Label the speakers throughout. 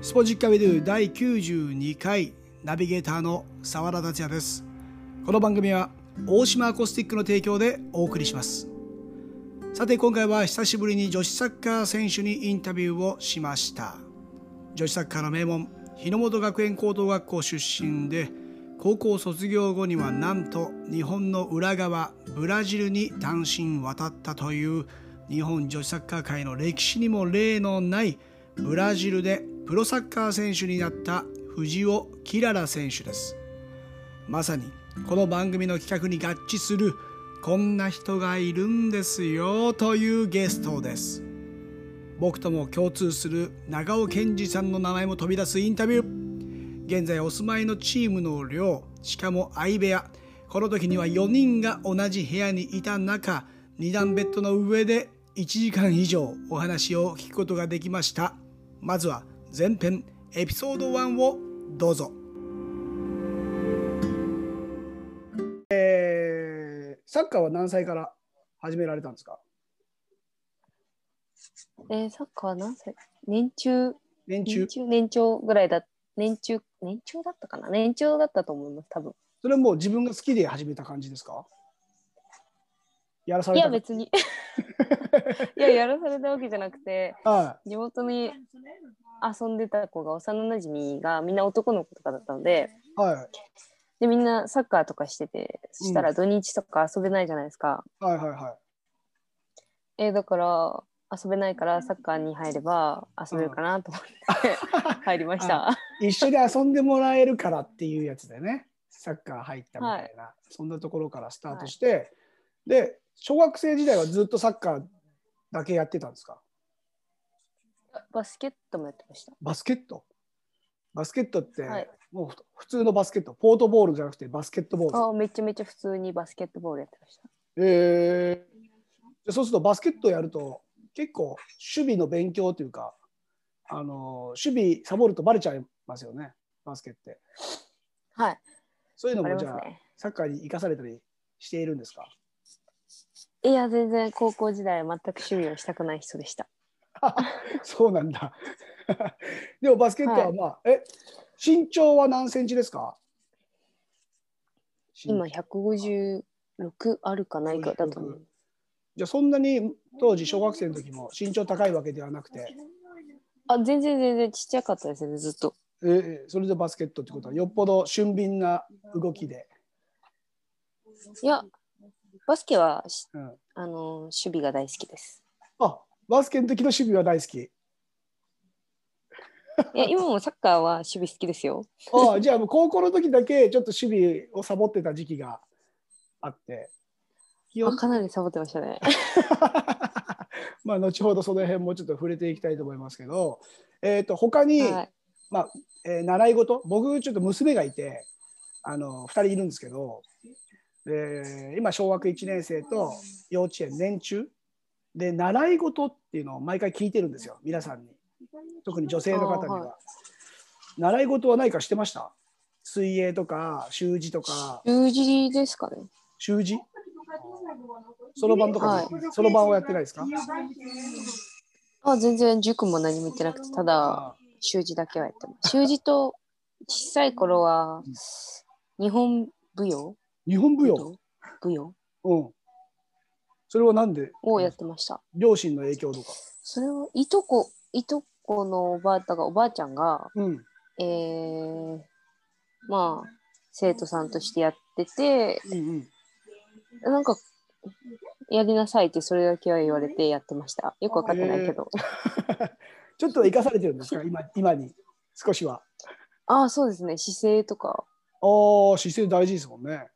Speaker 1: スポ実家ビル第92回ナビゲーターの沢田達也ですこの番組は大島アコースティックの提供でお送りしますさて今回は久しぶりに女子サッカー選手にインタビューをしました女子サッカーの名門日ノ本学園高等学校出身で高校卒業後にはなんと日本の裏側ブラジルに単身渡ったという日本女子サッカー界の歴史にも例のないブラジルでプロサッカー選手になった藤尾キララ選手ですまさにこの番組の企画に合致するこんな人がいるんですよというゲストです僕とも共通する長尾健二さんの名前も飛び出すインタビュー現在お住まいのチームの寮しかも相部屋この時には4人が同じ部屋にいた中2段ベッドの上で1時間以上お話を聞くことができましたまずは前編エピソード1をどうぞ、えー、サッカーは何歳から始められたんですか
Speaker 2: えー、サッカーは何歳年中、
Speaker 1: 年中
Speaker 2: 年中、年長ぐらいだ、年中、年長だったかな年長だったと思います、多分。
Speaker 1: それはもう自分が好きで始めた感じですかやらさ
Speaker 2: い
Speaker 1: れ
Speaker 2: や、
Speaker 1: た
Speaker 2: 別に。 いや、やらされたわけじゃなくて、
Speaker 1: は
Speaker 2: 地元に遊んでた子が、幼馴染がみんな男の子とかだったので、
Speaker 1: い、はい、
Speaker 2: で、みんなサッカーとかしてて、した
Speaker 1: う
Speaker 2: ら土日とか遊べないじゃないですか。
Speaker 1: はいはいは
Speaker 2: えーだから、遊べないからサッカーに入れば遊べるかなと思って、入りました。
Speaker 1: い一 緒に遊んでもらえるからっていうやつでねサッカー入ったみたいな、そんなところからスタートして、で小学生時代はずっとサッカーだけやってたんですか
Speaker 2: バスケットもやってました。
Speaker 1: バスケットバスケットって、
Speaker 2: はい
Speaker 1: もうふ普通のバスケットポートボールじゃなくてバスケットボー
Speaker 2: あめちゃめちゃ普通にバスケットボールやってました。
Speaker 1: ルへえそうするとバスケットやると結構守備の勉強というかあの守備サボるとバレちゃいますよねバスケって
Speaker 2: はい、
Speaker 1: そういうの
Speaker 2: あり
Speaker 1: も
Speaker 2: ま
Speaker 1: じゃ
Speaker 2: す
Speaker 1: あ
Speaker 2: ね。
Speaker 1: サッカーに生かされたりしているんですか
Speaker 2: いや、全然高校時代は全く趣味をしたくない人でした。
Speaker 1: そうなんだ でもバスケットはまあ、え身長は何センチですか身
Speaker 2: 今156あるかないかだと思う。
Speaker 1: じゃあそんなに当時小学生の時も身長高いわけではなくて、
Speaker 2: あ、全然全然ちっちゃかったですね、ずっと。
Speaker 1: ええそれでバスケットってことはよっぽど俊敏な動きで、
Speaker 2: いや、バスケはし
Speaker 1: うん、
Speaker 2: あの守備が大好きです。
Speaker 1: あバスケの時の守備は大好き
Speaker 2: いや、今もサッカーは守備好きですよ。
Speaker 1: あ あじゃあもう高校の時だけちょっと守備をサボってた時期があって基
Speaker 2: あ
Speaker 1: 本
Speaker 2: かなりサボってましたね。
Speaker 1: まあ後ほどその辺もちょっと触れていきたいと思いますけど、えー、と他に、
Speaker 2: はい、
Speaker 1: えー習い事僕ちょっと娘がいてあの2人いるんですけど、えー今小学1年生と幼稚園年中で習い事っていうのを毎回聞いてるんですよ皆さんに特に女性の方には、
Speaker 2: あーは
Speaker 1: 習い事は何かしてました水泳とか習字とか
Speaker 2: 十字ですかね。
Speaker 1: 習字そろばんとかも、
Speaker 3: はい
Speaker 1: そろばんをやってないですか
Speaker 2: あ、全然塾も何も行ってなくて、ただ
Speaker 1: あ
Speaker 2: 習字だけはやってます。習字と小さい頃は日本舞踊
Speaker 1: ー日本舞踊、
Speaker 2: 舞踊
Speaker 1: うん、それはなんで
Speaker 2: をやってました。
Speaker 1: 両親の影響とか、
Speaker 2: それはいとこ、いとこのおばあたが、おばあちゃんが、
Speaker 1: うん
Speaker 2: えー、まあ、生徒さんとしてやってて、
Speaker 1: うんうん、
Speaker 2: なんか、やりなさいってそれだけは言われてやってました。よくわかってないけど。
Speaker 1: ちょっと生かされてるんですか今今に少しは。
Speaker 2: ああ、そうですね。姿勢とか。
Speaker 1: ああ姿勢大事ですもんね。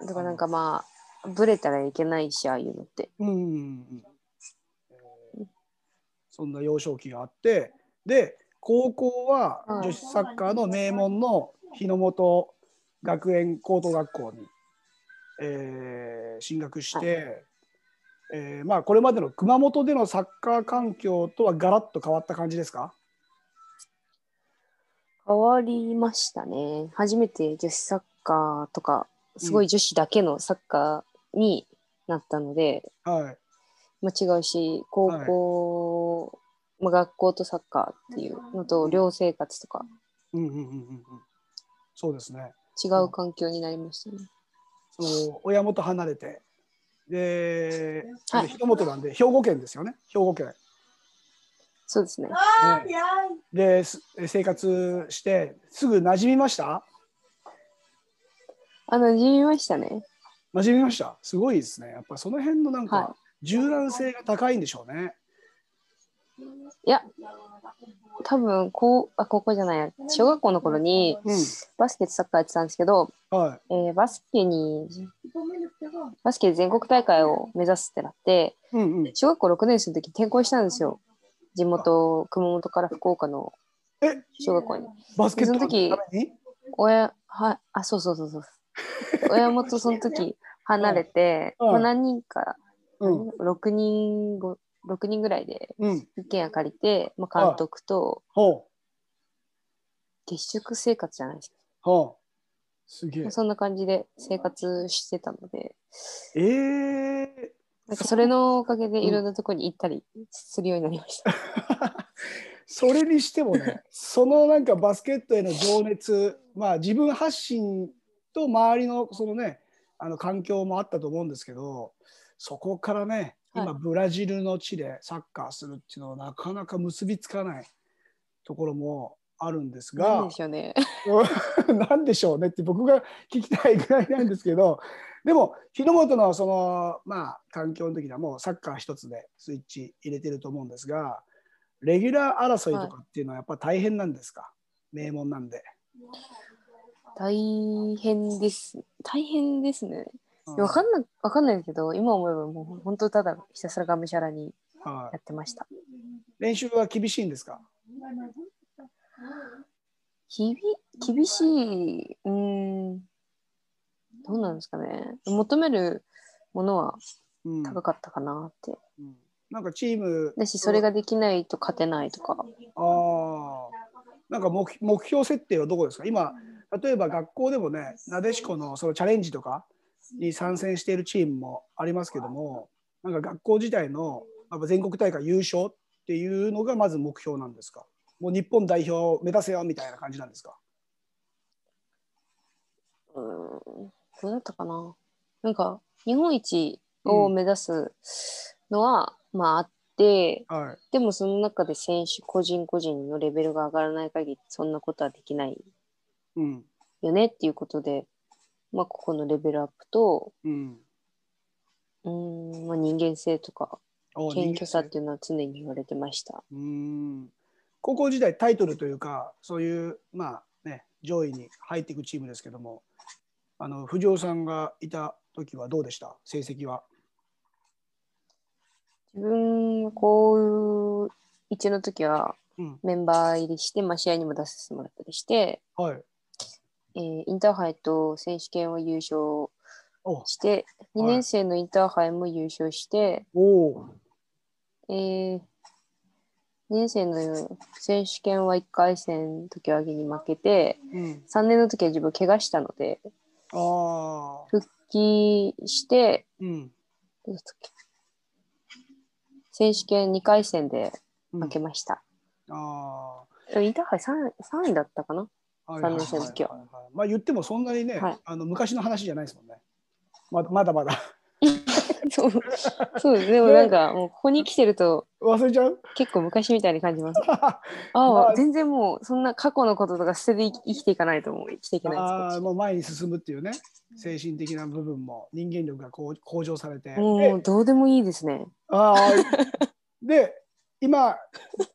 Speaker 2: だからなんかまあ、ぶれたらいけないし、ああいうのって。
Speaker 1: うんうんうんえーそんな幼少期があってで高校は
Speaker 2: はい
Speaker 1: 女子サッカーの名門の日の本学園高等学校に、えー進学して、えーまあ、これまでの熊本でのサッカー環境とはガラッと変わった感じですか
Speaker 2: 変わりましたね。初めて女子サッカーとか、すごい女子だけのサッカーになったので、
Speaker 1: はい
Speaker 2: も違うし高校まあ、学校とサッカーっていうのと寮生活とか
Speaker 1: うんうんうんうんうん。そうですね。
Speaker 2: 違う環境になりましたね。
Speaker 1: その親元離れて。で、
Speaker 2: はい
Speaker 1: 一元なんで、兵庫県ですよね。兵庫県。
Speaker 2: そうですね。
Speaker 1: ねで、す生活して、すぐ馴染みました
Speaker 2: あの、馴染みましたね。
Speaker 1: 馴染みました。すごいですね。やっぱその辺のなん
Speaker 2: は
Speaker 1: か、柔軟性が高いんでしょうね。
Speaker 2: いや、多分こうあ、高校じゃないや、小学校の頃にバスケとサッカーやってたんですけど、
Speaker 1: うん。はい。
Speaker 2: えーバスケに、バスケで全国大会を目指すってなって、
Speaker 1: うんうん。
Speaker 2: 小学校6年生の時に転校したんですよ。地元、熊本から福岡の
Speaker 1: え
Speaker 2: 小学校に。
Speaker 1: バスケット
Speaker 2: その時
Speaker 1: のために
Speaker 2: 親、はい、あ、そうそうそうそう。親元その時離れて、
Speaker 1: うん
Speaker 2: まあ、何人か、
Speaker 1: うん。
Speaker 2: 6人、ご6人ぐらいで
Speaker 1: うん。
Speaker 2: 一軒家借りて、まあ、監督と
Speaker 1: ほう。
Speaker 2: 月食生活じゃないですか。
Speaker 1: ほう。すげえ
Speaker 2: まあ。そんな感じで生活してたので、
Speaker 1: ええ
Speaker 2: なんか
Speaker 1: そ
Speaker 2: それのおかげでいろんなところに行ったりするようになりました。
Speaker 1: それにしてもね、そのなんかバスケットへの情熱、まあ自分発信と周りのそのね、あの環境もあったと思うんですけど、そこからね、
Speaker 2: は
Speaker 1: 今ブラジルの地でサッカーするっていうのはなかなか結びつかないところもあるんです
Speaker 2: な
Speaker 1: が
Speaker 2: んで、しょうね。
Speaker 1: なんでしょうねって僕が聞きたいぐらいなんですけど でも日の本のそのまあ環境の時にはもうサッカー一つでスイッチ入れてると思うんですがレギュラー争いとかっていうのはやっぱ大変なんですか、名門なんで。
Speaker 2: 大変です。大変ですね。
Speaker 1: う
Speaker 2: わかんない、わかんないですけど、今思えばもう本当ただひたすらがむしゃらに
Speaker 1: は
Speaker 2: やってました。
Speaker 1: い練習は厳しいんですか
Speaker 2: 日々、厳しい、うーん、どうなんですかね。求めるものは
Speaker 1: うん
Speaker 2: 高かったかなって。
Speaker 1: うんなんかチーム
Speaker 2: だし、それができないと勝てないとか。
Speaker 1: ああ。なんか目目標設定はどこですか今、例えば学校でもね、なでしこのそのチャレンジとかに参戦しているチームもありますけども、なんか学校自体のやっぱ全国大会優勝っていうのがまず目標なんですかもう日本代表を目指せよみたいな感じなんですか
Speaker 2: うーん、どうだったかな。なんか、日本一を目指すのは、まああって、
Speaker 1: はい。
Speaker 2: でもその中で選手個人個人のレベルが上がらない限り、そんなことはできない
Speaker 1: うん。
Speaker 2: よねっていうことで、まあ、ここのレベルアップと、
Speaker 1: うん。
Speaker 2: うーんまあ、人間性とか
Speaker 1: お
Speaker 2: 謙虚さ
Speaker 1: 人
Speaker 2: っ
Speaker 1: 間性
Speaker 2: ていうのは常に言われてました。
Speaker 1: うーん高校時代タイトルというかそういうまあね上位に入っていくチームですけどもあの藤尾さんがいた時はどうでした成績は。
Speaker 2: 自分、こう、一の時は
Speaker 1: うん
Speaker 2: メンバー入りして、まあ、試合にも出させてもらったりして、
Speaker 1: はい、
Speaker 2: えーインターハイと選手権を優勝
Speaker 1: お
Speaker 2: して、
Speaker 1: はい
Speaker 2: 2年生のインターハイも優勝して、
Speaker 1: おー
Speaker 2: えー2年生の選手権は1回戦の時は上げに負けて、
Speaker 1: うん、
Speaker 2: 3年の時は自分怪我したので、
Speaker 1: ああ、
Speaker 2: 復帰して、
Speaker 1: うん
Speaker 2: どうだったっけ選手権2回戦で
Speaker 1: うん、
Speaker 2: 負けました。
Speaker 1: あ
Speaker 2: でもインターハイ 3, 位だったかな
Speaker 1: あ、はい
Speaker 2: 三年生の時は
Speaker 1: はいはいはいまあ言ってもそんなにね、
Speaker 2: はい
Speaker 1: あの昔の話じゃないですもんね。まだまだまだ
Speaker 2: そうそうですでもなんかもうここに来てると
Speaker 1: 忘れちゃ う
Speaker 2: 結構昔みたいに感じます。
Speaker 1: あ
Speaker 2: あ
Speaker 1: まあ
Speaker 2: あ、全然もうそんな過去のこととか捨てて生き生きていかないともう生きていけないで
Speaker 1: あもう前に進むっていうね精神的な部分も人間力がこう向上されて
Speaker 2: す。もうどうでもいいですね。
Speaker 1: ああで今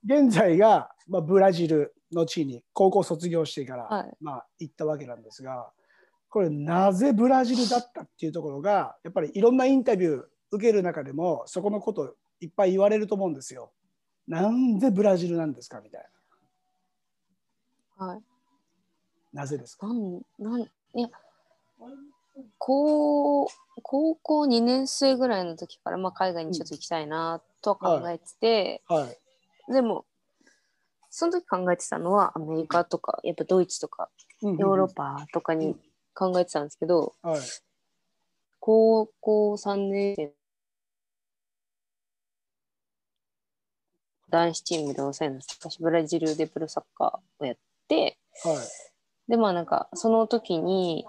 Speaker 1: 現在が、まあ、ブラジルの地に高校卒業してから、
Speaker 2: はい
Speaker 1: まあ、行ったわけなんですがこれなぜブラジルだったっていうところがやっぱりいろんなインタビュー受ける中でもそこのこといっぱい言われると思うんですよ。なんでブラジルなんですかみたい
Speaker 2: はい。
Speaker 1: な。なぜですか
Speaker 2: なん、なん、いや、高高校2年生ぐらいの時から、まあ、海外にちょっと行きたいなとは考えてて、
Speaker 1: はい。
Speaker 2: でも、その時考えてたのはアメリカとか、やっぱドイツとか、
Speaker 1: ヨ
Speaker 2: ヨーロッパとかに考えてたんですけど、
Speaker 1: パ。はい。
Speaker 2: 高校3年生男子チームでお世話になってたブラジルでプロサッカーをやって
Speaker 1: はい。
Speaker 2: でまあなんかその時に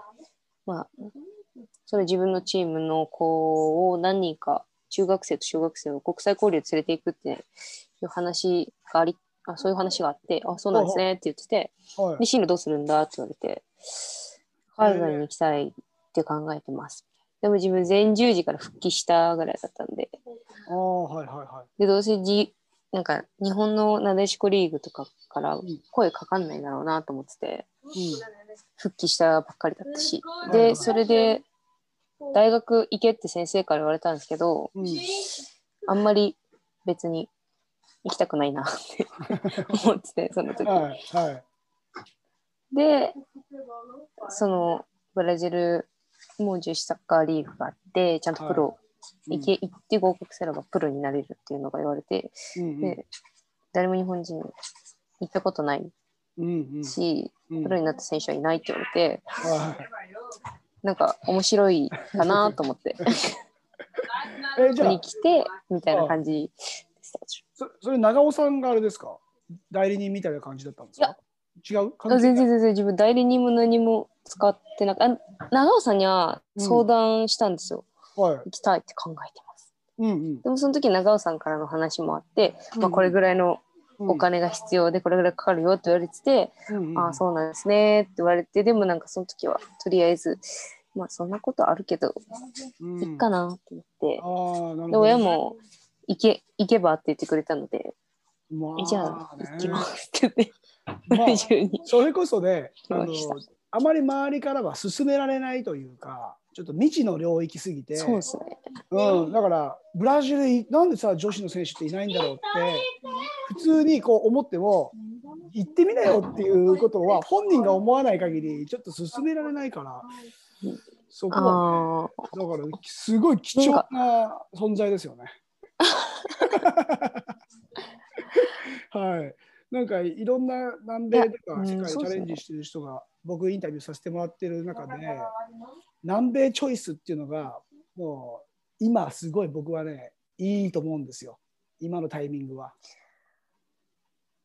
Speaker 2: まあそれ自分のチームの子を何人か中学生と小学生を国際交流に連れていくっていう話がありあそういう話があってあそうなんですねって言ってて
Speaker 1: は
Speaker 2: で
Speaker 1: い。
Speaker 2: 進路どうするんだって言われて海外に行きたいって考えてますでも自分全十時から復帰したぐらいだったんで
Speaker 1: ああ、はいはいは
Speaker 2: でどうせじなんか日本のなでしこリーグとかから
Speaker 1: ん
Speaker 2: 声かかんないだろうなと思ってて
Speaker 1: い。
Speaker 2: 復帰したばっかりだったし
Speaker 1: はいは
Speaker 2: で
Speaker 1: い
Speaker 2: それで大学行けって先生から言われたんですけど
Speaker 1: うん。うん。
Speaker 2: あんまり別に行きたくないなって思っててその時
Speaker 1: はいはい。
Speaker 2: でそのブラジルもう女子サッカーリーグがあってちゃんとプロ、
Speaker 1: はいうん
Speaker 2: 行け行って合格すればプロになれるっていうのが言われて
Speaker 1: うんうん
Speaker 2: で誰も日本人行ったことない
Speaker 1: うん
Speaker 2: し、
Speaker 1: うん。
Speaker 2: プロになった選手はいないって言われて、
Speaker 1: は
Speaker 2: なんか面白いかなと思って、
Speaker 1: い。え、じゃ
Speaker 2: に
Speaker 1: あ、
Speaker 2: 来て、みたいな感じでした。
Speaker 1: そそれ長尾さんがあれですか代理人みたいな感じだったんですか違う
Speaker 2: あ全然。全然自分代理人も何も使ってなくあ長尾さんには相談したんですよ、
Speaker 1: はい。
Speaker 2: 行きたいって考えてます
Speaker 1: うんうん。
Speaker 2: でもその時長尾さんからの話もあって、まあ、これぐらいのお金が必要でこれぐらいかかるよって言われてて、
Speaker 1: うんうん
Speaker 2: ああそうなんですねって言われてでもなんかその時はとりあえずまあそんなことあるけど
Speaker 1: うん
Speaker 2: いっかなって思って
Speaker 1: あ、あ、なるほ
Speaker 2: で
Speaker 1: ど。
Speaker 2: 親も行け行けばって言ってくれたので、
Speaker 1: ま
Speaker 2: じゃあ
Speaker 1: ね
Speaker 2: 行きますって言って、
Speaker 1: まあ
Speaker 2: 来 週に。
Speaker 1: それこそ ね、あ
Speaker 2: 来
Speaker 1: の
Speaker 2: ました
Speaker 1: あまり周りからは勧められないというか、ちょっと未知の領域すぎて、
Speaker 2: そうですね。
Speaker 1: うん、だからブラジルいなんでさ女子の選手っていないんだろうって普通にこう思っても行ってみなよっていうことは本人が思わない限りちょっと進められないからそこは
Speaker 2: ああ、
Speaker 1: だからすごい貴重な存在ですよね。 はい、なんかいろんな南米とか
Speaker 2: い
Speaker 1: 世
Speaker 2: やう
Speaker 1: 界にチャレ
Speaker 2: んそうですね
Speaker 1: ンジしてる人が僕インタビューさせてもらってる中で南米チョイスっていうのがもう今すごい僕はねいいと思うんですよ今のタイミングは。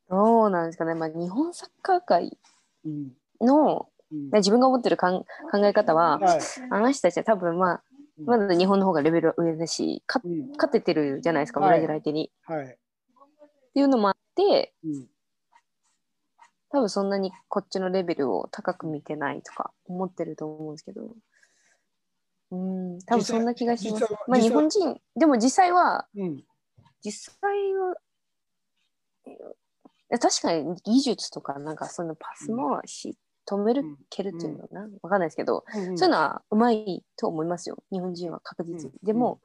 Speaker 2: どうなんですかね。まあ日本サッカー界
Speaker 1: うん
Speaker 2: の
Speaker 1: うん
Speaker 2: 自分が思ってるかん考え方は、
Speaker 1: はい
Speaker 2: あの人たちは多分まあ
Speaker 1: うん
Speaker 2: まだ日本の方がレベルは上だし、勝
Speaker 1: うん
Speaker 2: 勝ててるじゃないですか、
Speaker 1: は
Speaker 2: ブ
Speaker 1: い
Speaker 2: ラジル相手に。
Speaker 1: はい
Speaker 2: っていうのもあって、
Speaker 1: うん
Speaker 2: 多分そんなにこっちのレベルを高く見てないとか思ってると思うんですけど。うん、多分そんな気がします
Speaker 1: 実際は。
Speaker 2: まあ
Speaker 1: 実際
Speaker 2: 日
Speaker 1: は
Speaker 2: 本人、でも実際は、
Speaker 1: うん
Speaker 2: 実際は、いや確かに技術とか、なんかそのパス回し、止める、蹴るっていうのかな、わかんないですけど、
Speaker 1: うん
Speaker 2: そういうのはうまいと思いますよ、日本人は確実に。
Speaker 1: うん
Speaker 2: でも、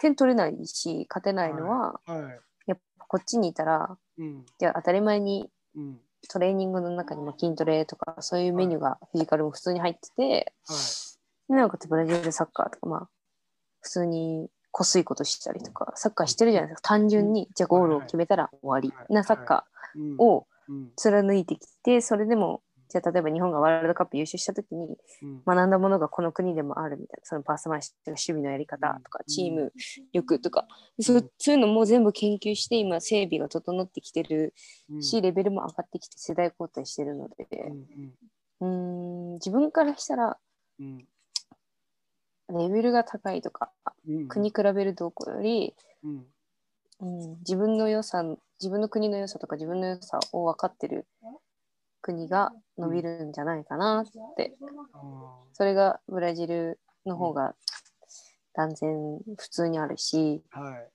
Speaker 2: 点取れないし、勝てないのは、
Speaker 1: はい
Speaker 2: やっぱこっちにいたら、
Speaker 1: うん
Speaker 2: いや当たり前に
Speaker 1: うん
Speaker 2: トレーニングの中にも筋トレとかそういうメニューがフィジカルも普通に入ってて、
Speaker 1: はい
Speaker 2: なんかブラジルサッカーとかまあ普通にこすいことしたりとかサッカーしてるじゃないですか単純にじゃあゴールを決めたら終わり
Speaker 1: はい
Speaker 2: なサッカ
Speaker 1: うん
Speaker 2: ーを
Speaker 1: うん
Speaker 2: 貫いてきてそれでもじゃあ例えば日本がワールドカップ優勝した時に
Speaker 1: うん
Speaker 2: 学んだものがこの国でもあるみたいなそのパス回しとか守備のやり方とか
Speaker 1: うん
Speaker 2: チーム力とかそうそういうのも全部研究して今整備が整ってきてる
Speaker 1: うん
Speaker 2: し、レベルも上がってきて世代交代してるので、
Speaker 1: うんうん
Speaker 2: うーん、自分からしたら
Speaker 1: うん
Speaker 2: レベルが高いとか
Speaker 1: うん
Speaker 2: 国比べるどこより、
Speaker 1: うん
Speaker 2: うん、自分の良さ自分の国の良さとか自分の良さを分かってる国が伸びるんじゃないかなって
Speaker 1: あ
Speaker 2: それがブラジルの方が断然普通にあるし
Speaker 1: ーはい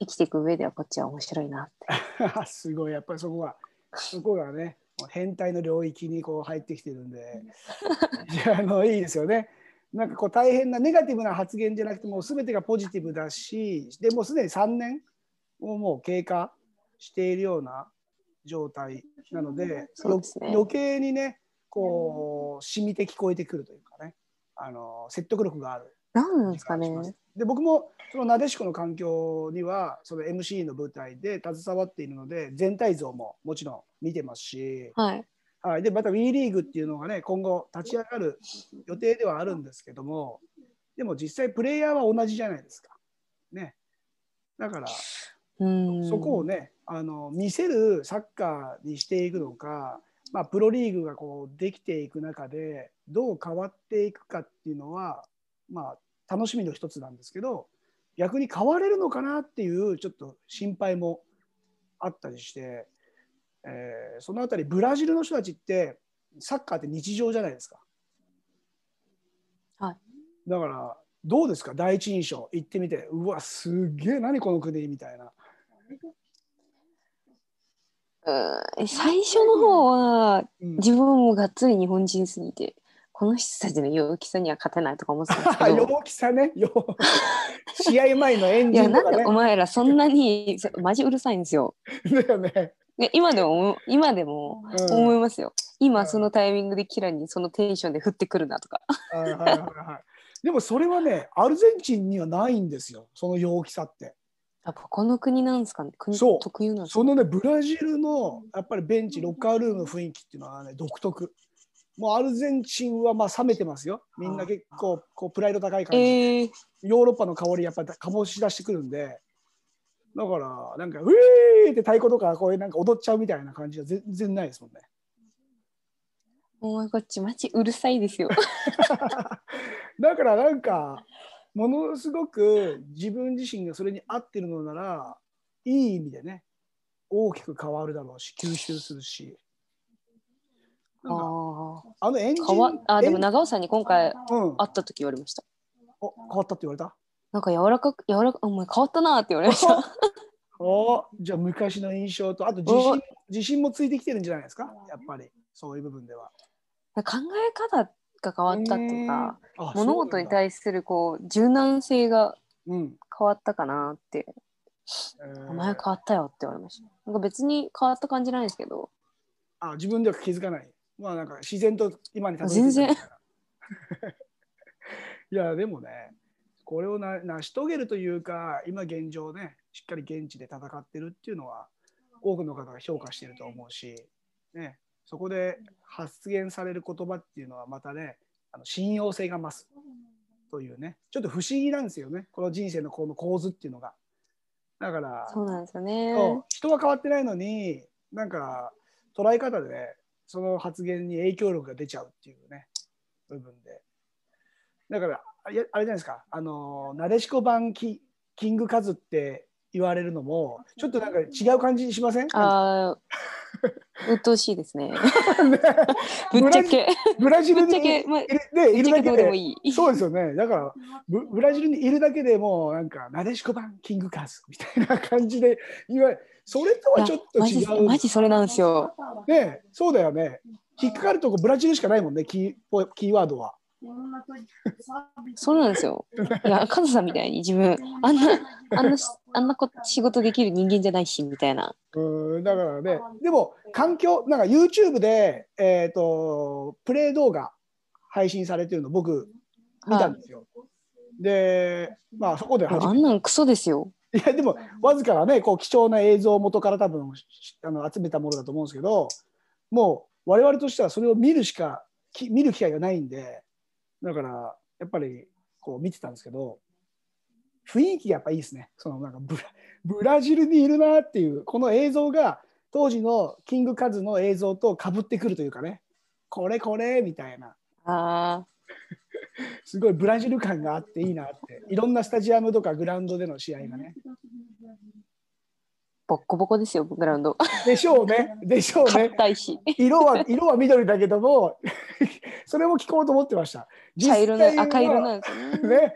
Speaker 2: 生きていく上ではこっちは面白いなって。
Speaker 1: すごいやっぱりそこがそこがね変態の領域にこう入ってきてるんでいやあのいいですよね。なんかこう大変なネガティブな発言じゃなくてもう全てがポジティブだしでもうすでに3年をもう経過しているような状態なので
Speaker 2: そうですね
Speaker 1: よ余計にねこう染みて聞こえてくるというかねあの説得力がある
Speaker 2: なんですかね。
Speaker 1: で僕もそのなでしこの環境にはその MC の舞台で携わっているので全体像ももちろん見てますし、
Speaker 2: はい。
Speaker 1: はい、でまた WE リーグっていうのがね今後立ち上がる予定ではあるんですけどもでも実際プレイヤーは同じじゃないですか。ね、だから
Speaker 2: ううん
Speaker 1: そこをねあの見せるサッカーにしていくのか、まあ、プロリーグがこうできていく中でどう変わっていくかっていうのは、まあ、楽しみの一つなんですけど逆に変われるのかなっていうちょっと心配もあったりして、えーそのあたりブラジルの人たちってサッカーって日常じゃないですか。
Speaker 2: はい
Speaker 1: だからどうですか第一印象行ってみてうわすげえ何この国みたいな。
Speaker 2: うん最初の方は
Speaker 1: うん
Speaker 2: 自分もがっつり日本人すぎてこの人たちの陽気さには勝てないとか思ってたんですけど。
Speaker 1: 陽気さね、陽試合前のエン
Speaker 2: い
Speaker 1: ジ
Speaker 2: や
Speaker 1: ンと
Speaker 2: な
Speaker 1: か
Speaker 2: んで
Speaker 1: ね
Speaker 2: お。前らそんなにそうマジうるさいんですよ。
Speaker 1: だよね。
Speaker 2: ね今でも思う今でも
Speaker 1: うん
Speaker 2: 思いますよ。
Speaker 1: うん
Speaker 2: 今そのタイミングでキラにそのテンションで振ってくるなとか。
Speaker 1: はいはいはいはいでもそれはね、アルゼンチンにはないんですよ、その陽気さって。
Speaker 2: やっぱこの国なんですかね国
Speaker 1: そう
Speaker 2: 特有なんですか
Speaker 1: そのね、ブラジルのやっぱりベンチ、ロッカールームの雰囲気っていうのはね、独特。もうアルゼンチンはまあ冷めてますよ。みんな結構こうプライド高い感じ。
Speaker 2: えー、
Speaker 1: ヨーロッパの香りやっぱり醸し出してくるんで、だから、なんか、ウェーって太鼓とか、こういうなんか踊っちゃうみたいな感じは全然ないですもんね。
Speaker 2: お前こっちマジうるさいです よ。
Speaker 1: だからなんかものすごく自分自身がそれに合ってるのならいい意味でね大きく変わるだろうし吸収するし
Speaker 2: あ
Speaker 1: なんか
Speaker 2: ー
Speaker 1: あのエンジン
Speaker 2: かわあでも
Speaker 1: エン
Speaker 2: 長尾さんに今回
Speaker 1: うん、
Speaker 2: 会った時言われました。
Speaker 1: お変わったって言われた
Speaker 2: なんか柔らかく柔らかお前変わったなって言われ ました。
Speaker 1: おじゃあ昔の印象とあと自
Speaker 2: お
Speaker 1: 信自信もついてきてるんじゃないですかやっぱりそういう部分では。
Speaker 2: 考え方が変わったっていうか
Speaker 1: うんあ
Speaker 2: 物事
Speaker 1: そうな
Speaker 2: に
Speaker 1: んだ
Speaker 2: 対するこう柔軟性が
Speaker 1: うん
Speaker 2: 変わったかなって「お前変わったよ」って言われましたなんか別に変わった感じないですけど
Speaker 1: あ自分では気づかない。まあなんか自然と今にたどり着いた
Speaker 2: 全然
Speaker 1: みたい な。いやでもね、これをな成し遂げるというか、今現状ね、しっかり現地で戦ってるっていうのは、多くの方が評価してると思うし、ね、そこで発言される言葉っていうのはまたね、あの信用性が増すというね、ちょっと不思議なんですよね、この人生のこの構図っていうのが。だから、
Speaker 2: そうなんですよね
Speaker 1: そう人は変わってないのになんか捉え方で、ね、その発言に影響力が出ちゃうっていうね部分でだからあいやあれじゃないですかあのなでしこ版キキングカズって言われるのもちょっとなんか違う感じにしません
Speaker 2: あー鬱陶しいですね
Speaker 1: ね
Speaker 2: ぶっちゃけ
Speaker 1: ブラジ
Speaker 2: ぶ
Speaker 1: ル
Speaker 2: っち
Speaker 1: に
Speaker 2: ゃ
Speaker 1: いる
Speaker 2: けまあ
Speaker 1: ね
Speaker 2: ぶ
Speaker 1: い
Speaker 2: っち
Speaker 1: る
Speaker 2: ゃ
Speaker 1: だ
Speaker 2: け
Speaker 1: け
Speaker 2: どうで
Speaker 1: で
Speaker 2: もいい
Speaker 1: そうですよねだからブブラジルにいるだけでもうなんかなでしこ版キングカズみたいな感じで言われそれとはちょっと
Speaker 2: マ
Speaker 1: 違
Speaker 2: ジ
Speaker 1: う
Speaker 2: マジそれなんですよ
Speaker 1: ねえそうだよね。引っかかるとこブラジルしかないもんね、キーポキーワードは。
Speaker 2: そうなんですよいやカズさんみたいに自分あんなあんなしあんなこ仕事できる人間じゃないしみたいな
Speaker 1: うんだからね、でも環境、なんか YouTube で、えー、とプレイ動画配信されてるの僕見たんですよ。で、まあそこで初
Speaker 2: あ
Speaker 1: め
Speaker 2: んなんクソですよ
Speaker 1: ていやでもわずかなね、こう貴重な映像を元から多分しあの集めたものだと思うんですけど、もう我々としてはそれを見るしか、き見る機会がないんで、だからやっぱりこう見てたんですけど、雰囲気がやっぱいいですね。そのなんかブラブラジルにいるなっていう、この映像が当時のキングカズの映像とかぶってくるというかね、これこれみたいな、
Speaker 2: あ
Speaker 1: すごいブラジル感があっていいなって、いろんなスタジアムとかグラウンドでの試合がね。
Speaker 2: ーボッコボコですよグラウンド
Speaker 1: でしょうね、でしょうね。
Speaker 2: 硬いし
Speaker 1: 色 は色は緑だけども、 それも聞こうと思ってました。
Speaker 2: 茶色
Speaker 1: 実際
Speaker 2: な
Speaker 1: は
Speaker 2: 赤色なんですよ ね。
Speaker 1: ね。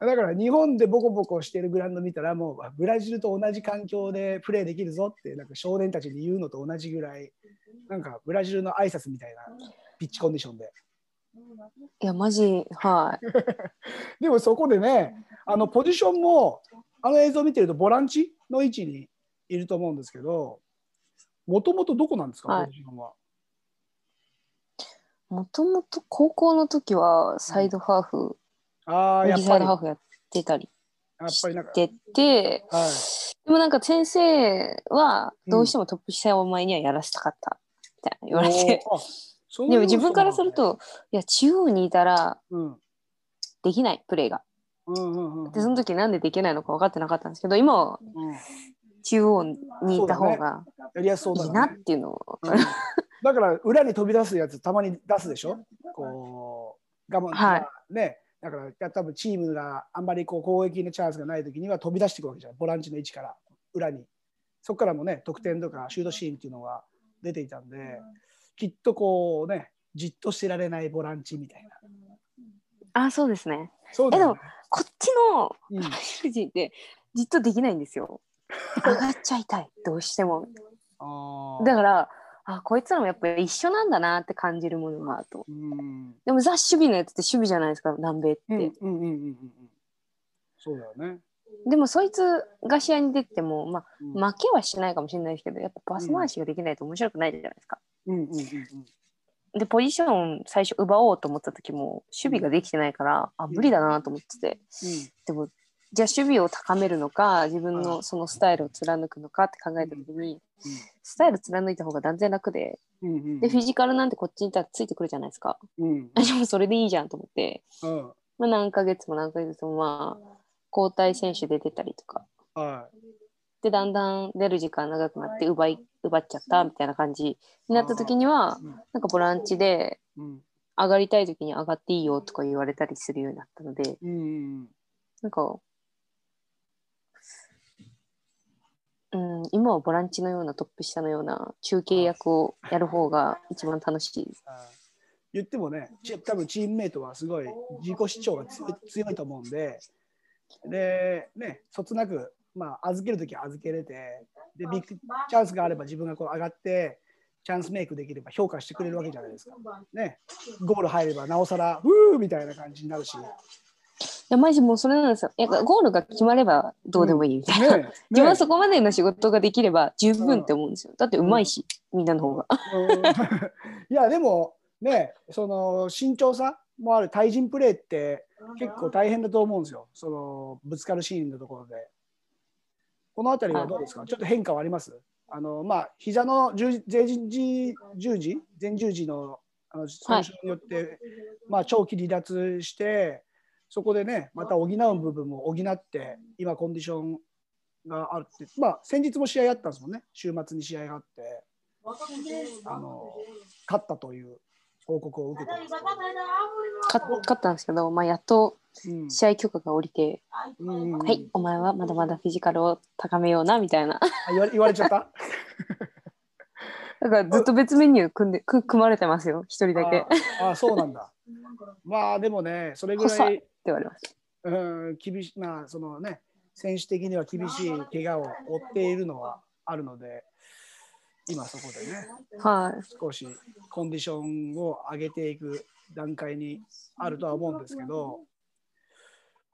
Speaker 1: だから日本でボコボコしてるグラウンド見たらもうあブラジルと同じ環境でプレーできるぞってなんか少年たちに言うのと同じぐらいなんかブラジルの挨拶みたいなピッチコンディションで
Speaker 2: いやマジはい。
Speaker 1: でもそこでねあのポジションもあの映像見てるとボランチの位置にいると思うんですけどもともとどこなんですか、
Speaker 2: はい
Speaker 1: ポジションは
Speaker 2: もともと高校の時はサイドハーフ、
Speaker 1: ああや
Speaker 2: 右
Speaker 1: っ
Speaker 2: サ
Speaker 1: ぱ
Speaker 2: イ
Speaker 1: り
Speaker 2: ド
Speaker 1: や
Speaker 2: ハ
Speaker 1: っ
Speaker 2: ーフやってたり
Speaker 1: ぱりなんか
Speaker 2: してて、
Speaker 1: はい
Speaker 2: でもなんか先生はどうしてもトップ下お前にはやらせたかったみたいな言われて、
Speaker 1: おーあそういう
Speaker 2: でも自分からすると、いや中央にいたら
Speaker 1: うん
Speaker 2: できないプレーが。
Speaker 1: うんうんうんうん
Speaker 2: でその時なんでできないのか分かってなかったんですけど、今は
Speaker 1: うん
Speaker 2: 中央にいた方が
Speaker 1: やりやすそうだ
Speaker 2: いい
Speaker 1: ね
Speaker 2: なっていうのを、
Speaker 1: うんだから裏に飛び出すやつたまに出すでしょこう我慢、
Speaker 2: はい
Speaker 1: ねだから多分チームがあんまりこう攻撃のチャンスがない時には飛び出していくわけじゃんボランチの位置から裏にそこからもね得点とかシュートシーンっていうのが出ていたんできっとこうねじっとしてられないボランチみたいな
Speaker 2: あそうですね
Speaker 1: そうだよね
Speaker 2: こっちの
Speaker 1: うん
Speaker 2: ブラジル人ってじっとできないんで すよ上がっちゃいたいどうしても
Speaker 1: あー
Speaker 2: だからあこいつらもやっぱ一緒なんだなって感じるものがあると
Speaker 1: うん
Speaker 2: でもザ・守備のやつって守備じゃないですか南米って、
Speaker 1: うんうんうんうんうんうんそうだよね、
Speaker 2: でもそいつが試合に出ても、ま
Speaker 1: うん
Speaker 2: あ、負けはしないかもしれないですけどやっぱパス回しができないと面白くないじゃないですか、
Speaker 1: うんうんうんうん
Speaker 2: でポジション最初奪おうと思った時も守備ができてないから、あ無理だなと思ってて
Speaker 1: うん
Speaker 2: でもじゃあ守備を高めるのか自分
Speaker 1: う
Speaker 2: のそのスタイルを貫くのかって考えた時に、スタイル貫いた方が断然楽で
Speaker 1: うんうん
Speaker 2: でフィジカルなんてこっちにいたらついてくるじゃないですか
Speaker 1: うん
Speaker 2: でもそれでいいじゃんと思って、
Speaker 1: うん
Speaker 2: まあ、何ヶ月も何ヶ月もまあ交代選手で出たりとか
Speaker 1: は、
Speaker 2: でだんだん出る時間長くなって奪い奪っちゃったみたいな感じになった時にはいなんかボランチで
Speaker 1: うん
Speaker 2: 上がりたい時に上がっていいよとか言われたりするようになったので
Speaker 1: うん
Speaker 2: なんか、うん、今はボランチのようなトップ下のような中継役をやる方が一番楽しいです。
Speaker 1: あー言ってもね、ち多分チームメイトはすごい自己主張がつ強いと思うんで、で、ね、そつなく、まあ、預けるときは預けれて、で、ビッグチャンスがあれば自分がこう上がって、チャンスメイクできれば評価してくれるわけじゃないですか。ね、ゴール入ればなおさら、うーみたいな感じになるし、ね、
Speaker 2: いや、マジもうそれなんですよ。やっぱゴールが決まればどうでもいいみたいな。
Speaker 1: ね
Speaker 2: 自分はそこまでの仕事ができれば十分って思うんですよ。だってうまいし、みんなの方が。
Speaker 1: うんいやでもねその慎重さもある対人プレーって結構大変だと思うんですよそのぶつかるシーンのところでこの辺りはどうですかちょっと変化はありますあのまあ膝の十字前十字前十字のあの損傷によって、まあ、長期離脱してそこでねまた補う部分も補って今コンディションがあるってまあ先日も試合あったんですもんね週末に試合があってあの勝ったという報告を受けてます
Speaker 2: か勝ったんですけど、まあ、やっと
Speaker 1: うん
Speaker 2: 試合許可が下りて、
Speaker 1: うんうんうん
Speaker 2: はい、お前はまだまだフィジカルを高めような、み たいな。
Speaker 1: あ言われ言われちゃ った
Speaker 2: だからずっと別メニュー組んで、く組まれてますよ、一人だけ。って
Speaker 1: ああそうなんだまあでもねそれぐ
Speaker 2: 細
Speaker 1: らい、
Speaker 2: 言われまし
Speaker 1: う
Speaker 2: た。
Speaker 1: ん、厳しいまあそのね選手的には厳しい怪我を負っているのはあるので今そこでね
Speaker 2: はい。
Speaker 1: 少しコンディションを上げていく段階にあるとは思うんですけど、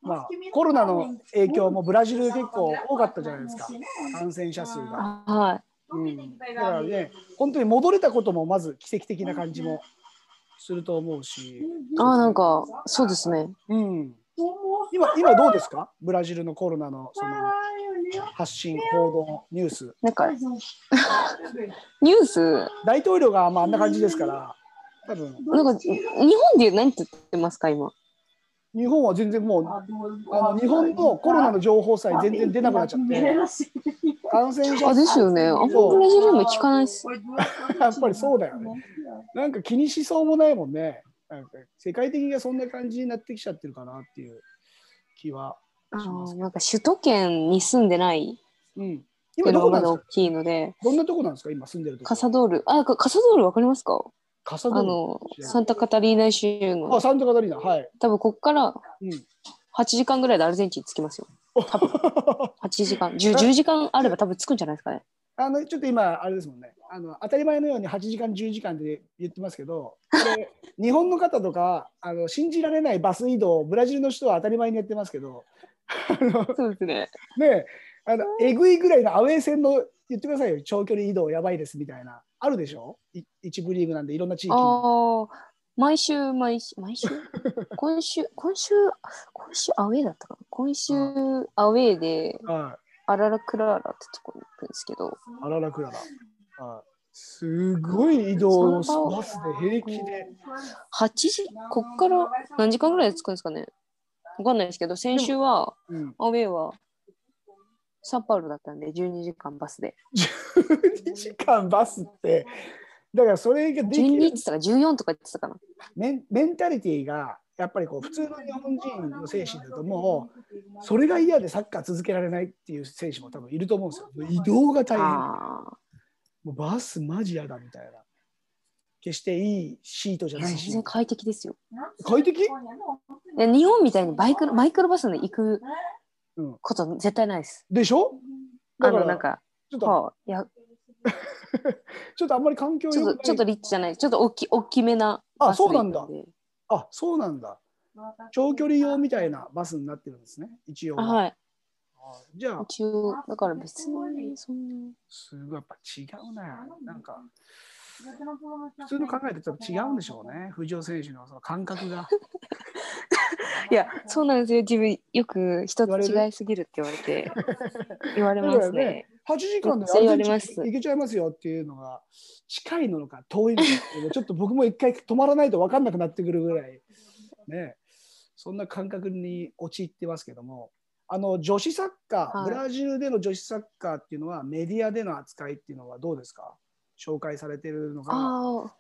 Speaker 1: まあ、コロナの影響もブラジル結構多かったじゃないですか、感染者数が。
Speaker 2: あは
Speaker 1: うん、だからね、本当に戻れたこともまず奇跡的な感じもすると思うし、
Speaker 2: い。あなんか、そうですね。
Speaker 1: うん、今今どうですか、ブラジルのコロナのその発信、報道、ニュース。
Speaker 2: なんか、ニュース、
Speaker 1: 大統領がまああんな感じですから、多分
Speaker 2: なんか、日本で何って言ってますか、今。
Speaker 1: 日本は全然もうあの日本のコロナの情報さえ全然出なくなっちゃって、感染
Speaker 2: あ、
Speaker 1: 者、
Speaker 2: ですよね。あんま
Speaker 1: そう
Speaker 2: ブラジルでも聞かないっす。
Speaker 1: やっぱりそうだよね。なんか気にしそうもないもんね。なんか世界的にそんな感じになってきちゃってるかなっていう気は
Speaker 2: あ
Speaker 1: します
Speaker 2: ー
Speaker 1: け
Speaker 2: なんか首都圏に住んでない
Speaker 1: ど。うん、
Speaker 2: ってい
Speaker 1: 今
Speaker 2: うの
Speaker 1: ど
Speaker 2: が
Speaker 1: こな
Speaker 2: ま
Speaker 1: んで
Speaker 2: だ
Speaker 1: す
Speaker 2: 大
Speaker 1: か
Speaker 2: きいので、
Speaker 1: どんなとこなんですか今住んでるとこ。
Speaker 2: カサドール、あ、かカサドールわかりますか
Speaker 1: カサ
Speaker 2: あ
Speaker 1: ドー
Speaker 2: の、サンタカタリーナ州
Speaker 1: ル。あ、
Speaker 2: の、
Speaker 1: サンタカタリーナ。はい。
Speaker 2: 多分こっから
Speaker 1: うん、
Speaker 2: 8時間ぐらいでアルゼンチン着きますよ。8時間、10, 10時間あれば多分着くんじゃないですかね。
Speaker 1: あのちょっと今、あれですもんねあの、当たり前のように8時間、10時間で言ってますけど、これ日本の方とかあの、信じられないバス移動、ブラジルの人は当たり前にやってますけど、あの
Speaker 2: そうですね。
Speaker 1: ねえあのえぐいぐらいのアウェー戦の言ってくださいよ、長距離移動やばいですみたいな、あるでしょ、い一部リーグなんで、いろんな地域
Speaker 2: あ
Speaker 1: に
Speaker 2: あ、毎週、毎週、毎週今週、今週、今週アウェーだったかな今週アウェーで
Speaker 1: は
Speaker 2: アララクラーラってとこに行くんですけど、
Speaker 1: い、あららくらら。はいすごい移動を
Speaker 2: その場を
Speaker 1: バスで平気で。
Speaker 2: 8時、こっから何 時間ぐらいで着くんですかねわかんないですけど、先週は
Speaker 1: うん
Speaker 2: アウェーはサンパウロだったんで、12時間バスで。
Speaker 1: 12時間バスってだからそれができ
Speaker 2: 12っ
Speaker 1: る
Speaker 2: て言ったか14とか言ってたかな。
Speaker 1: メンメンタリティがやっぱりこう普通の日本人の精神だともうそれが嫌でサッカー続けられないっていう選手も多分いると思うんですよ移動が大変
Speaker 2: ああ
Speaker 1: もうバスマジ嫌だみたいな決していいシートじゃ
Speaker 2: ー、
Speaker 1: ない
Speaker 2: 全
Speaker 1: し
Speaker 2: 然快適ですよ。
Speaker 1: 快適
Speaker 2: え日本みたいにバイクのマイクロバスで行く
Speaker 1: うん
Speaker 2: こと絶対ないです。
Speaker 1: でしょ
Speaker 2: あ
Speaker 1: だか
Speaker 2: の、なん
Speaker 1: ら
Speaker 2: か、
Speaker 1: ちょっと
Speaker 2: はあ、いや、
Speaker 1: ちょっとあんまり環境
Speaker 2: ち
Speaker 1: 良
Speaker 2: ょ
Speaker 1: く
Speaker 2: っ
Speaker 1: ない
Speaker 2: と、ちょっとリッチじゃない、ちょっと大き大きめな
Speaker 1: あ
Speaker 2: バスで
Speaker 1: そうな
Speaker 2: 行
Speaker 1: んだ
Speaker 2: ったんで。
Speaker 1: あそうなんだ長距離用みたいなバスになってるんですね一応
Speaker 2: あ
Speaker 1: は
Speaker 2: はい。
Speaker 1: じゃあ
Speaker 2: 一応、だから別に、そんな。
Speaker 1: すごいやっぱ違うななんか普通の考えとちょっと違うんでしょうね藤尾選手のその感覚が
Speaker 2: いや、そうなんですよ。自分、よく人
Speaker 1: 言われ
Speaker 2: と
Speaker 1: る
Speaker 2: 違いすぎるって言わ れて、言われます
Speaker 1: だよ
Speaker 2: ね
Speaker 1: ね。8時間で
Speaker 2: そう言わ
Speaker 1: 安
Speaker 2: れ
Speaker 1: 全
Speaker 2: ま
Speaker 1: 地
Speaker 2: す
Speaker 1: 域行けちゃいますよっていうのが近いのか遠いのかっていうのがちょっと僕も一回止まらないと分かんなくなってくるぐらいねそんな感覚に陥ってますけどもあの女子サッカー、
Speaker 2: はい
Speaker 1: ブラジルでの女子サッカーっていうのはメディアでの扱いっていうのはどうですか紹介されてるのが
Speaker 2: あ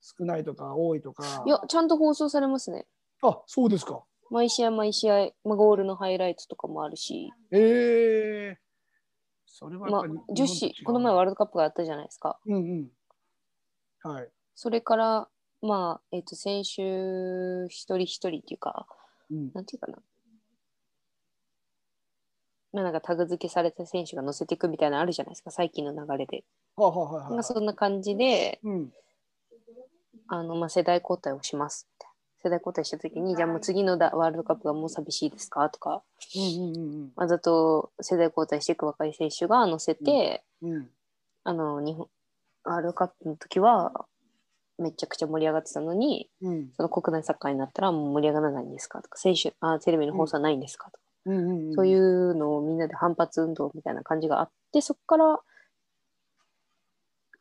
Speaker 1: 少ないとか多いとか
Speaker 2: あ、いや、ちゃんと放送されますね。
Speaker 1: あそうですか
Speaker 2: 毎試合毎試合、まあ、ゴールのハイライトとかもあるし、
Speaker 1: ええそれはやっ
Speaker 2: ま
Speaker 1: ぱり
Speaker 2: あ、女子、この前ワールドカップがあったじゃないですか。
Speaker 1: うんうん。はい。
Speaker 2: それから、まあ、えっ、と、先週、一人一人っていうか、
Speaker 1: うん、
Speaker 2: なんていうかな。まあ、なんかタグ付けされた選手が乗せていくみたいなのあるじゃないですか、最近の流れで。
Speaker 1: はあ、はあはいはい
Speaker 2: ま
Speaker 1: は
Speaker 2: あ、
Speaker 1: い。
Speaker 2: そんな感じで、
Speaker 1: うん。
Speaker 2: あの、まあ、世代交代をしますみたいな。世代交代した時に、じゃあもう次のだワールドカップがもう寂しいですかとか、
Speaker 1: うんうん
Speaker 2: わざと世代交代していく若い選手が乗せて、
Speaker 1: うんうん。
Speaker 2: あの、日本、ワールドカップの時は、めちゃくちゃ盛り上がってたのに、
Speaker 1: うん。
Speaker 2: その国内サッカーになったらもう盛り上がらないんですかとか、選手、あテレビの放送はないんですかとか、
Speaker 1: うんうんうん。
Speaker 2: そういうのをみんなで反発運動みたいな感じがあって、そこから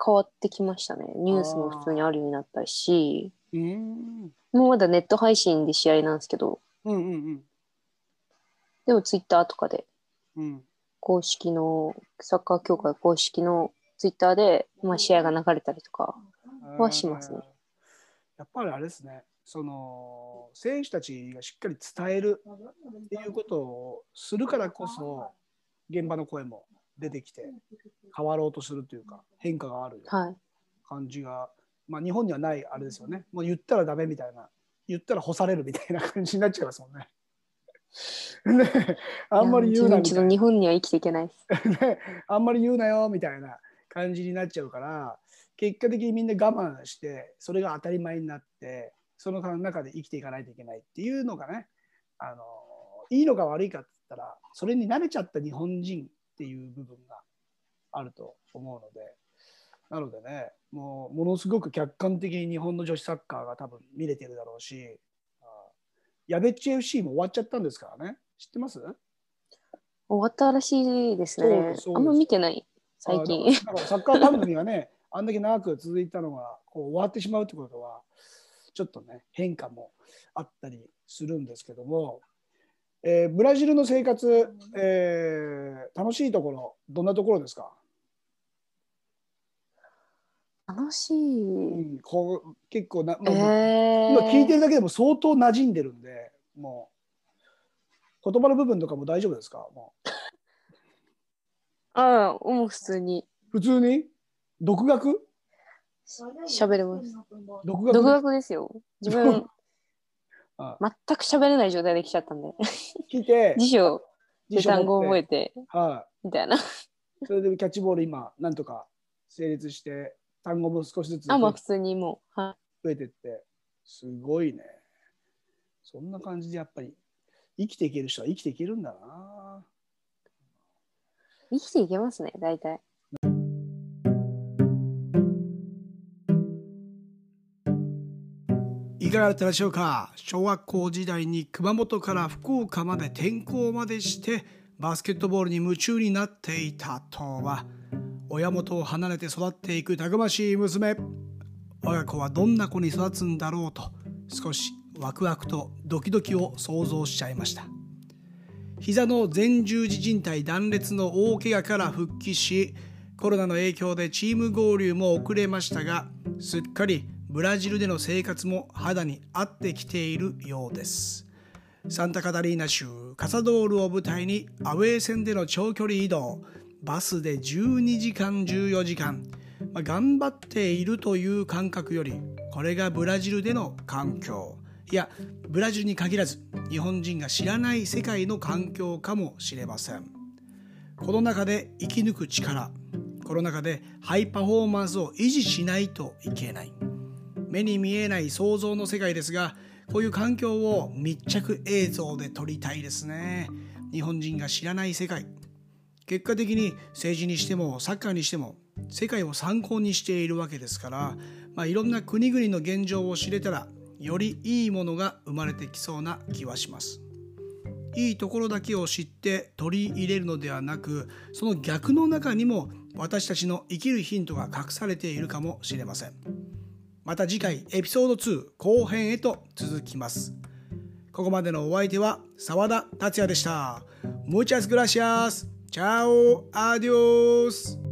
Speaker 2: 変わってきましたね。ニュースも普通にあるようになったし、
Speaker 1: うん。
Speaker 2: もうまだネット配信で試合なんですけど、
Speaker 1: うんうんうん。
Speaker 2: でもツイッターとかで、
Speaker 1: うん。
Speaker 2: 公式の、サッカー協会公式のツイッターで、まあ、試合が流れたりとか、はしますね
Speaker 1: あー。やっぱりあれですね。その選手たちがしっかり伝えるっていうことをするからこそ現場の声も出てきて変わろうとするというか変化があるよ
Speaker 2: はい。
Speaker 1: 感じが、まあ、日本にはないあれですよね。もう言ったらダメみたいな、言ったら干されるみたいな感じになっちゃいますもんね。 ねえあんまり言う
Speaker 2: い
Speaker 1: な
Speaker 2: や
Speaker 1: み
Speaker 2: ちょったと
Speaker 1: いな、
Speaker 2: 日本には生きていけないです。
Speaker 1: ねあんまり言うなよみたいな感じになっちゃうから、結果的にみんな我慢して、それが当たり前になって、その中で生きていかないといけないっていうのがね、あのいいのか悪いかって言ったら、それに慣れちゃった日本人っていう部分があると思うので、なのでね、もうものすごく客観的に日本の女子サッカーが多分見れてるだろうし、あやべっち FC も終わっちゃったんですからね、知ってます
Speaker 2: 終わったらしいです
Speaker 1: そうで
Speaker 2: ね
Speaker 1: すそう。です
Speaker 2: あんま見てない、最
Speaker 1: あ
Speaker 2: 近。
Speaker 1: だからだからサッカー番組がね、 あんだけ長く続いたのがこう終わってしまうってことは、ちょっとね、変化もあったりするんですけども、えーブラジルの生活、えー楽しいところ、どんなところですか、
Speaker 2: 楽しい。
Speaker 1: うん、こう結構な、
Speaker 2: えー、
Speaker 1: 今聞いてるだけでも相当馴染んでるんで、もう、言葉の部分とかも大丈夫ですかも
Speaker 2: ああ、もう普通に
Speaker 1: う普通に独学
Speaker 2: 喋れます。
Speaker 1: 独学
Speaker 2: 独学ですよ。自分、
Speaker 1: あ
Speaker 2: 全く喋れない状態で来ちゃったんで。
Speaker 1: 来て、
Speaker 2: 辞書、
Speaker 1: 辞
Speaker 2: で
Speaker 1: 書持って
Speaker 2: 単語を覚えて、
Speaker 1: はい、
Speaker 2: みたいな。
Speaker 1: それでキャッチボール今、なんとか成立して、単語も少しずつ
Speaker 2: あ、まあ
Speaker 1: 増
Speaker 2: 普通にもう。は
Speaker 1: えてって、すごいね。そんな感じでやっぱり、生きていける人は生きていけるんだな。
Speaker 2: い生きていけますね、大体。
Speaker 1: いかがだったでしょうか小学校時代に熊本から福岡まで転校までしてバスケットボールに夢中になっていたとは親元を離れて育っていくたくましい娘我が子はどんな子に育つんだろうと少しワクワクとドキドキを想像しちゃいました膝の前十字靭帯断裂の大怪我から復帰しコロナの影響でチーム合流も遅れましたがすっかりブラジルでの生活も肌に合ってきているようですサンタカタリーナ州カサドールを舞台にアウェー戦での長距離移動バスで12時間14時間、まあ、頑張っているという感覚よりこれがブラジルでの環境いやブラジルに限らず日本人が知らない世界の環境かもしれませんこの中で生き抜く力この中でハイパフォーマンスを維持しないといけない目に見えない想像の世界ですがこういう環境を密着映像で撮りたいですね日本人が知らない世界結果的に政治にしてもサッカーにしても世界を参考にしているわけですから、まあ、いろんな国々の現状を知れたらよりいいものが生まれてきそうな気はしますいいところだけを知って取り入れるのではなくその逆の中にも私たちの生きるヒントが隠されているかもしれませんまた次回エピソード2後編へと続きますここまでのお相手は澤田達也でした Muchas gracias! Chao! Adios!